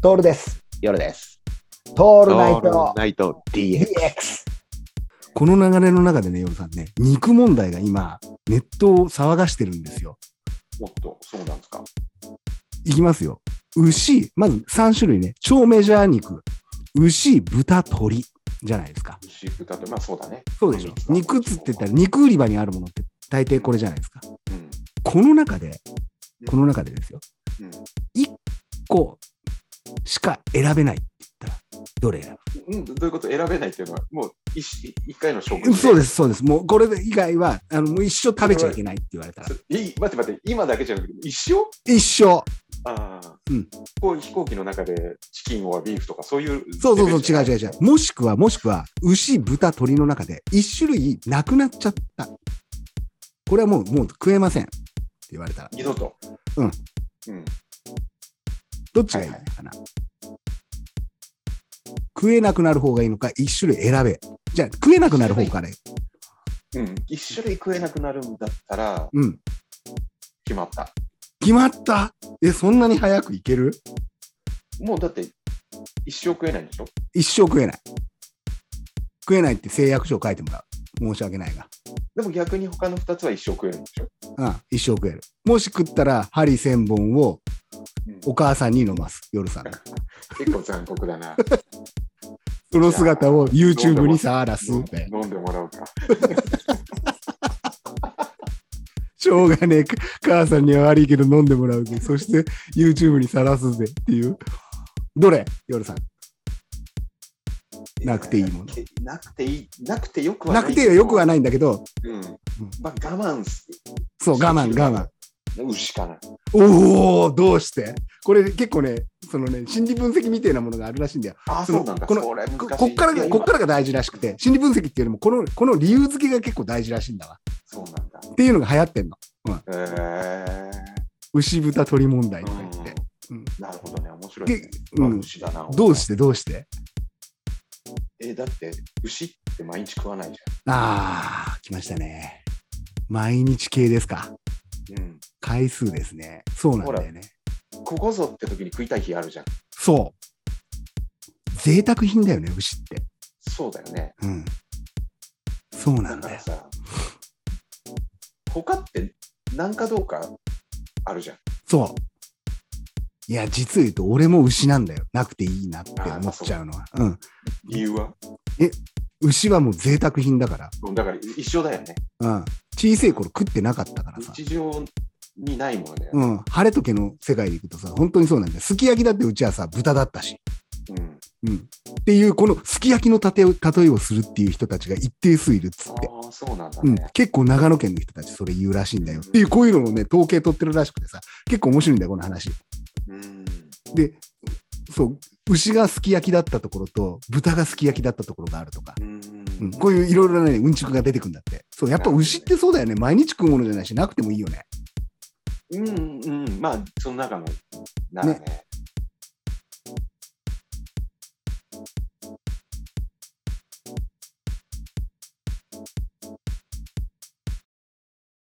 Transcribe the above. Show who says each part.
Speaker 1: トールです。
Speaker 2: 夜です。
Speaker 1: ト
Speaker 2: オ
Speaker 1: ールナイト
Speaker 2: ナイト DX。
Speaker 1: DX。
Speaker 3: この流れの中でね、ヨルさんね、肉問題が今、ネットを騒がしてるんですよ。
Speaker 2: おっと、そうなんですか。
Speaker 3: いきますよ。牛、まず3種類ね、超メジャー肉。牛、豚、鶏じゃないですか。
Speaker 2: 牛豚と、まあそうだね。
Speaker 3: そうでしょ。肉っつって言ったら、肉売り場にあるものって大抵これじゃないですか。
Speaker 2: うん。
Speaker 3: この中で、この中でですよ。
Speaker 2: うん
Speaker 3: 1個しか選べないって言ったら、どれ選
Speaker 2: うん、どういうこと選べないっていうのは、もう一一回の食。
Speaker 3: ぶそうですす、そうです。もうこれ以外は、あの、もう一生食べちゃいけないって言われたら。
Speaker 2: い待って待って、今だけじゃなくて、一生
Speaker 3: 一生。
Speaker 2: ああ、
Speaker 3: うん
Speaker 2: こう飛行機の中でチキンはビーフとかそういう。
Speaker 3: そうそうそう、違う違う違
Speaker 2: う。
Speaker 3: う。もしくは、もしくは、牛、豚、鶏の中で、一種類なくなっちゃった。これはもう、もう食えません。って言われたら、
Speaker 2: 二度と。
Speaker 3: うん。
Speaker 2: うん。
Speaker 3: どっちがいいのかな、食えなくなる方がいいのか、一種類選べ。じゃあ、食えなくなる方から、
Speaker 2: うん。一種類食えなくなるんだったら、
Speaker 3: うん。
Speaker 2: 決まった。
Speaker 3: 決まったえ、そんなに早くいける
Speaker 2: もうだって、一生食えないんでしょ
Speaker 3: 一生食えない。食えないって誓約書書いてもらう。申し訳ないが。
Speaker 2: でも逆に他の二つは一生食えるんでしょ
Speaker 3: うん、一生食える。もし食ったら、針千本を
Speaker 2: うん
Speaker 3: お母さんに飲ます、夜さんが。
Speaker 2: 結構残酷だな。
Speaker 3: その姿を YouTube にさらす
Speaker 2: 飲
Speaker 3: っ
Speaker 2: ん
Speaker 3: て。
Speaker 2: 飲んでもらうか。
Speaker 3: しょうがねえ、母さんには悪いけど飲んでもらうぜ。そして YouTube にさらすぜっていう。どれ夜さん。なくていいもの
Speaker 2: えー。なくていい。なくてよくはな。
Speaker 3: ないくてよくはな
Speaker 2: ない。
Speaker 3: いんだけど、
Speaker 2: うん。まあ我慢す
Speaker 3: そう、我慢我慢。
Speaker 2: る。牛かな。
Speaker 3: おおどうしてこれ結構ね、そのね、心理分析みたいなものがあるらしいんだよ。
Speaker 2: あ、
Speaker 3: その
Speaker 2: そうなんだ。
Speaker 3: この
Speaker 2: それ難しい
Speaker 3: ここっから
Speaker 2: いや
Speaker 3: が、
Speaker 2: 今
Speaker 3: こっからが大事らしくて、心理分析っていうよりも、この、この理由付けが結構大事らしいんだわ。
Speaker 2: そうなんだ。
Speaker 3: っていうのが流行ってんの。
Speaker 2: え
Speaker 3: 牛豚鳥問題
Speaker 2: え
Speaker 3: とか言って。うん
Speaker 2: なるほどね。面白いね
Speaker 3: で。
Speaker 2: まあ
Speaker 3: うん
Speaker 2: 牛だな。
Speaker 3: どうしてどうして
Speaker 2: えー、だって、牛って毎日食わないじ
Speaker 3: あー、来ましたね。毎日系ですか。
Speaker 2: ゃん。うん。
Speaker 3: 回数ですね。そうなんだよね。
Speaker 2: ここぞって時に食いたい日あるじゃん。
Speaker 3: そう。贅沢品だよね、牛って。
Speaker 2: そうだよね。
Speaker 3: うん。そうな
Speaker 2: だ
Speaker 3: んだ
Speaker 2: から
Speaker 3: よ。
Speaker 2: さ、他って何かどうかあるじゃん。
Speaker 3: そう。いや、実を言うと、俺も牛なんだよ。なくていいなって思っちゃうのは。うん。
Speaker 2: 理由は
Speaker 3: 牛はもう贅沢品だから。
Speaker 2: うんだから一緒だよね。
Speaker 3: うん。小さい頃食ってなかったからさ。
Speaker 2: 日常にないものだよ
Speaker 3: う
Speaker 2: ね。
Speaker 3: ん。晴れとけの世界で行くとさ、本当にそうなんだよ。すき焼きだってうちはさ、豚だったし。
Speaker 2: うん。
Speaker 3: うん、っていうこのすき焼きのたてを例えをするっていう人たちが一定数いるっつって、
Speaker 2: ああ、そうなんだ
Speaker 3: うん
Speaker 2: ね。、
Speaker 3: 結構長野県の人たちそれ言うらしいんだよっていうこういうのをね統計取ってるらしくてさ結構面白いんだよこの話
Speaker 2: うん。
Speaker 3: でそう牛がすき焼きだったところと豚がすき焼きだったところがあるとか、
Speaker 2: うん。
Speaker 3: うん、こういういろいろなねうんちくが出てくんだってそうやっぱ牛ってそうだよね毎日食うものじゃないしなくてもいいよね
Speaker 2: うん。うん。まあ、その中の、ならね。